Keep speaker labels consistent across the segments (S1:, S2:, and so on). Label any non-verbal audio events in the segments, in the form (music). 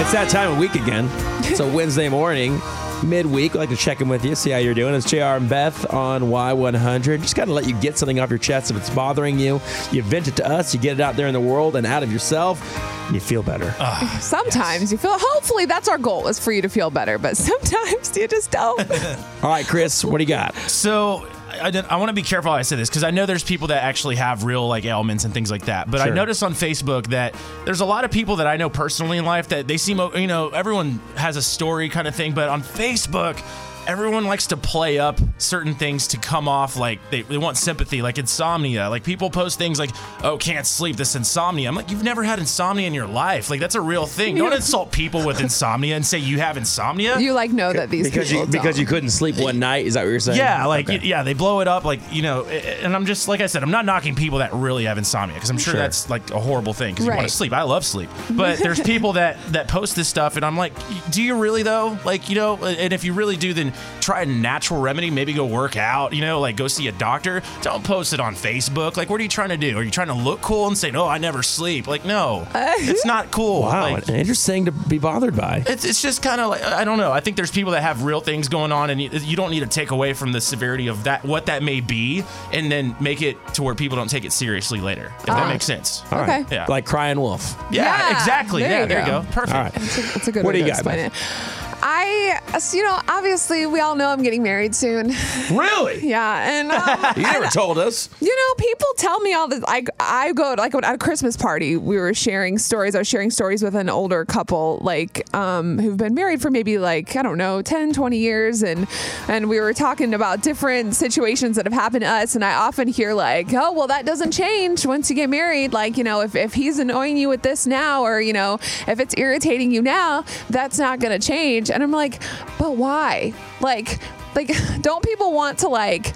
S1: It's that time of week again.
S2: (laughs)
S1: It's a Wednesday morning, midweek. I'd like to check in with you, see how you're doing. It's JR and Beth on Y100. Just kind of let you get something off your chest if it's bothering you. You vent it to us, you get it out there in the world and out of yourself, and you feel better.
S2: Sometimes you feel. Hopefully, that's our goal is for you to feel better. But (laughs) sometimes you just don't.
S1: All right, Chris, what do you got?
S3: So I, I, want to be careful how I say this because I know there's people that actually have real like ailments and things like that. But I
S1: Sure.
S3: noticed on Facebook that there's a lot of people that I know personally in life that they seem o- you know everyone has a story kind of thing, but on Facebook. Everyone likes to play up certain things to come off like they, they want sympathy, like insomnia. Like people post things like, oh, can't sleep, this insomnia. I'm like, you've never had insomnia in your life. Like, that's a real thing. Don't insult people with insomnia and say you have insomnia.
S2: You like know that these
S1: Because
S2: people
S1: you because
S2: don't.
S1: you couldn't sleep one night, is that what you're saying?
S3: Yeah, like
S1: Okay.
S3: y- yeah, they blow it up, like you know. a- a- And I'm just like I said, I'm not knocking people that really have insomnia because I'm sure,
S1: Sure.
S3: that's like a horrible thing because you want
S2: Right.
S3: to sleep. I love sleep, but there's people that that post this stuff, and I'm like, "Y- do you really though? Like you know, a- and if you really do, then try a natural remedy. Maybe go work out. You know, like go see a doctor. Don't post it on Facebook. Like what are you trying to do? Are you trying to look cool and say, no, I never sleep? Like no, it's not cool.
S1: Wow,
S3: Like,
S1: an interesting to be bothered by.
S3: it's, it's just kind of like I don't know. I think there's people that have real things going on, and you, you don't need to take away from the severity of that what that may be, and then make it to where people don't take it seriously later. If that makes sense.
S1: All right.
S3: Okay. Yeah.
S1: Like crying wolf.
S3: Yeah,
S2: Yeah,
S3: exactly.
S2: there
S3: yeah,
S2: you
S3: there you
S2: go.
S3: go. Perfect.
S1: All right.
S2: It's a good
S1: What
S2: way
S1: do you
S2: to
S1: got,
S2: explain
S1: Beth?
S2: it. I, so, you know, obviously we all know I'm getting married soon.
S1: Really?
S2: (laughs) yeah, and um,
S1: You never told us.
S2: You know, people tell me all this. I, I go to, like at a Christmas party, we were sharing stories. I was sharing stories with an older couple, like um, who've been married for maybe like I don't know, 10, 20 years, and and we were talking about different situations that have happened to us. And I often hear like, oh, well, that doesn't change once you get married. Like you know, if if he's annoying you with this now, or you know, if it's irritating you now, that's not gonna change. And I'm like, but why? Like like (laughs) don't people want to like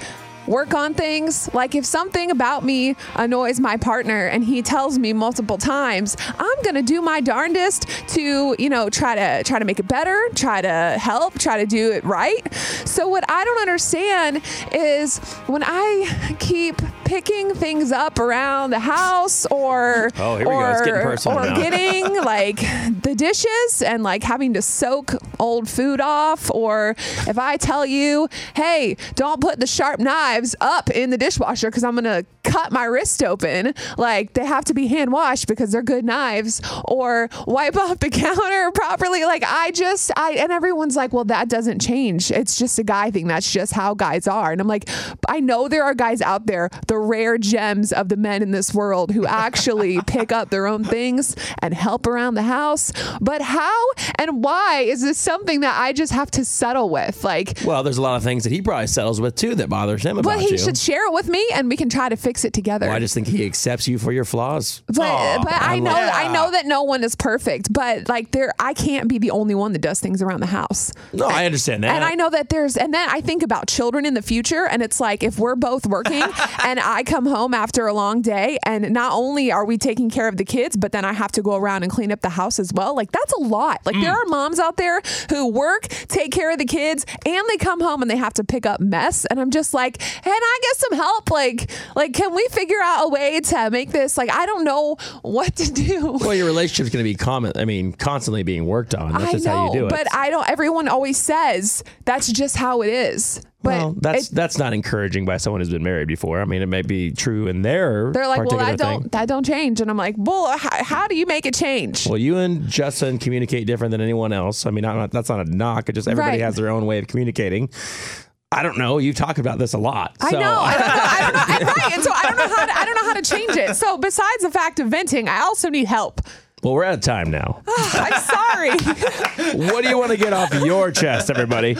S2: work on things. Like if something about me annoys my partner and he tells me multiple times, I'm going to do my darndest to, you know, try to try to make it better, try to help, try to do it right. So what I don't understand is when I keep picking things up around the house or
S1: Oh, here we go. It's getting personal
S2: or
S1: now.
S2: getting like the dishes and like having to soak old food off or if i tell you hey don't put the sharp knives up in the dishwasher because i'm gonna cut my wrist open like they have to be hand washed because they're good knives or wipe (laughs) off the counter properly like i just i and everyone's like well that doesn't change it's just a guy thing that's just how guys are and i'm like i know there are guys out there the rare gems of the men in this world who actually pick up their own things and help around the house. But how and why is this something that I just have to settle with? Like,
S1: Well, there's a lot of things that he probably settles with too that bothers him about
S2: but he
S1: you.
S2: should share it with me and we can try to fix it together.
S1: Well, I just think he accepts you for your flaws.
S2: but,
S3: Aw,
S2: but I
S1: I
S2: know
S3: love-
S2: I know that no one is perfect, but like there I can't be the only one that does things around the house.
S1: No, I understand that.
S2: And I know that there's, and then I think about children in the future, and it's like if we're both
S1: (laughs)
S2: working and I come home after a long day, and not only are we taking care of the kids, but then I have to go around and clean up the house as well. Like, that's a lot. Like, there
S1: Mm.
S2: are moms out there who work, take care of the kids, and they come home and they have to pick up mess. And I'm just like, can I get some help? Like, like, can we figure out a way to make this? Like, I don't know what to do.
S1: Well, your relationship's going to be common. I mean, constantly being worked on. That's
S2: I
S1: just
S2: know,
S1: how you do it.
S2: but I don't. Everyone always says that's just how it is. But
S1: well, that's
S2: it-
S1: that's not encouraging by someone who's been married before. I mean, it may be true in their
S2: they're like, well,
S1: particular
S2: that don't
S1: thing.
S2: that don't change, and I'm like, well, how, how do you make it change?
S1: Well, you and Justin communicate different than anyone else. I mean, I'm not, that's not a knock. It just everybody
S2: Right.
S1: has their own way of communicating. I don't know. You talk about this a lot.
S2: I
S1: so
S2: know, I don't know, I don't know, and right, and so I don't know how to, I don't know how to change it. So besides the fact of venting, I also need help.
S1: (laughs) Well, we're out of time now.
S2: I'm sorry.
S1: (laughs)
S2: (laughs)
S1: What do you want to get off your chest, everybody?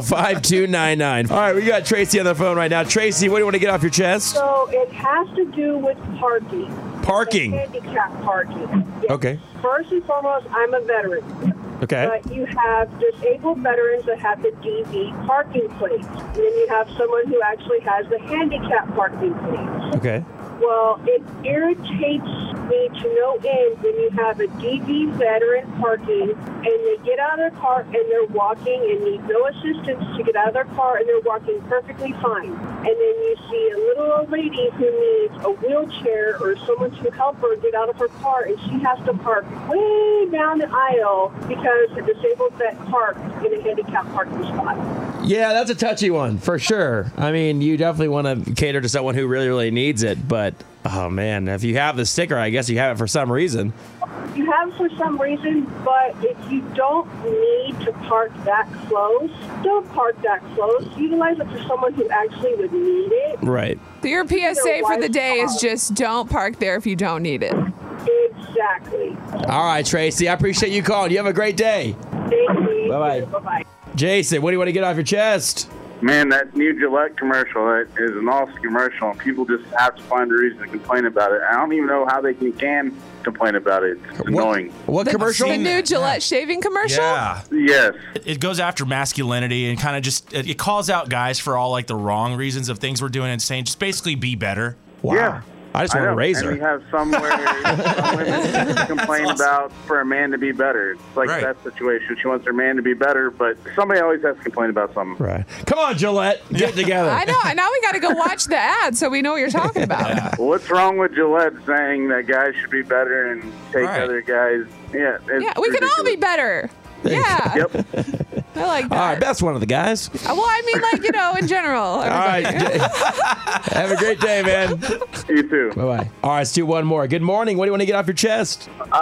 S1: 470-5299. All right, we got Tracy on the phone right now. Tracy, what do you want to get off your chest?
S4: So it has to do with parking.
S1: Parking.
S4: Handicap parking. Yes.
S1: Okay. Eh?
S4: First and foremost, I'm a veteran.
S1: Okay.
S4: But you have disabled veterans that have the DV parking plate. And then you have someone who actually has the handicap parking plate.
S1: Okay.
S4: Well, it irritates me to no end when you have a DV veteran parking and they get out of their car and they're walking and need no assistance to get out of their car and they're walking perfectly fine. And then you see a little old lady who needs a wheelchair or someone to help her get out of her car and she has to park way down the aisle because a disabled vet parked in a handicapped parking spot.
S1: Yeah, that's a touchy one for sure. I mean, you definitely want to cater to someone who really, really needs it. But oh man, if you have the sticker, I guess you have it for some reason.
S4: You have it for some reason, but if you don't need to park that close, don't park that close. Utilize it for someone who actually would need it.
S1: Right.
S2: So your PSA for the day is just don't park there if you don't need it.
S4: Exactly.
S1: All right, Tracy. I appreciate you calling. You have a great day.
S4: Thank you.
S1: Bye-bye.
S4: Bye-bye.
S1: Jason, what do you want to get off your chest?
S5: Man, that new Gillette commercial that is an awesome commercial, and people just have to find a reason to complain about it. I don't even know how they can, can complain about it. It's annoying.
S1: What, what
S2: The,
S1: commercial?
S2: The
S3: seen
S2: new
S3: that,
S2: Gillette shaving commercial?
S3: Yeah.
S5: Yes.
S3: It- It goes after masculinity and kind of just it, it calls out guys for all like the wrong reasons of things we're doing and saying just basically be better.
S1: Wow.
S5: Yeah.
S1: I just
S5: I
S1: want
S5: know.
S1: a razor.
S5: And you have
S1: (laughs)
S5: somewhere some women complain about for a man to be better. It's like
S3: Right.
S5: that situation. She wants her man to be better, but somebody always has to complain about something.
S1: right. Come on, Gillette. Get it together.
S2: I know. And now
S1: (laughs)
S2: we got to go watch the ad so we know what you're talking about.
S5: What's wrong with Gillette saying that guys should be better and take
S3: Right.
S5: other guys? Yeah, it's
S2: Yeah, we can all be
S5: ridiculous.
S2: better. Yeah.
S5: Yep.
S2: I like that.
S1: All right, that's one of the guys.
S2: Well, I mean, like, you know, in
S1: (laughs)
S2: general.
S1: All right. (laughs) have a great day, man.
S5: You too.
S1: Bye bye. All right, let's do one more. Good morning. What do you want to get off your chest?
S6: Uh,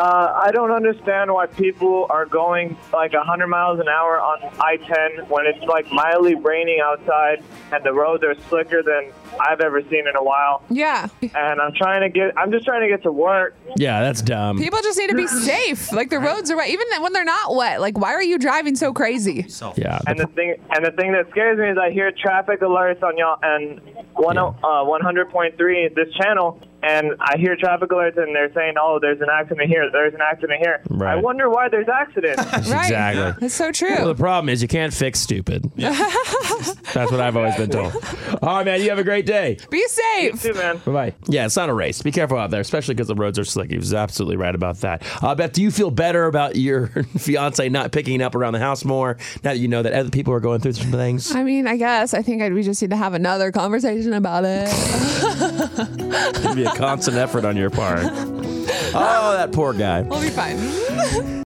S6: I don't understand why people are going like 100 miles an hour on I-10 when it's like mildly raining outside and the roads are slicker than I've ever seen in a while.
S2: Yeah.
S6: And I'm trying to get, I'm just trying to get to work.
S1: Yeah, that's dumb.
S2: People just need to be safe. Like, the roads are wet. Even when they're not wet, like, why are you driving so crazy?
S3: Self.
S1: yeah.
S6: And the thing, and the thing that scares me is I hear traffic alerts on y'all and one, uh, 100.3 this channel. And I hear traffic alerts and they're saying, oh, there's an accident here, there's an accident here.
S1: Right.
S6: I wonder why there's accidents. (laughs)
S2: Right.
S1: Exactly.
S2: That's so
S1: Well,
S2: true.
S1: the problem is you can't fix stupid. (laughs) That's what I've always been told. (laughs) All right, man. You have a great day.
S2: Be safe.
S6: too, man.
S1: Bye bye. Yeah, it's not a race. Be careful out there, especially because the roads are slick. He was absolutely right about that. Uh, Beth, do you feel better about your (laughs) fiance not picking up around the house more now that you know that other people are going through some things?
S2: I mean, I guess I think I, we just need to have another conversation about it.
S1: It'd be a constant effort on your part. (laughs) Oh, that poor guy.
S2: (laughs) We'll be fine.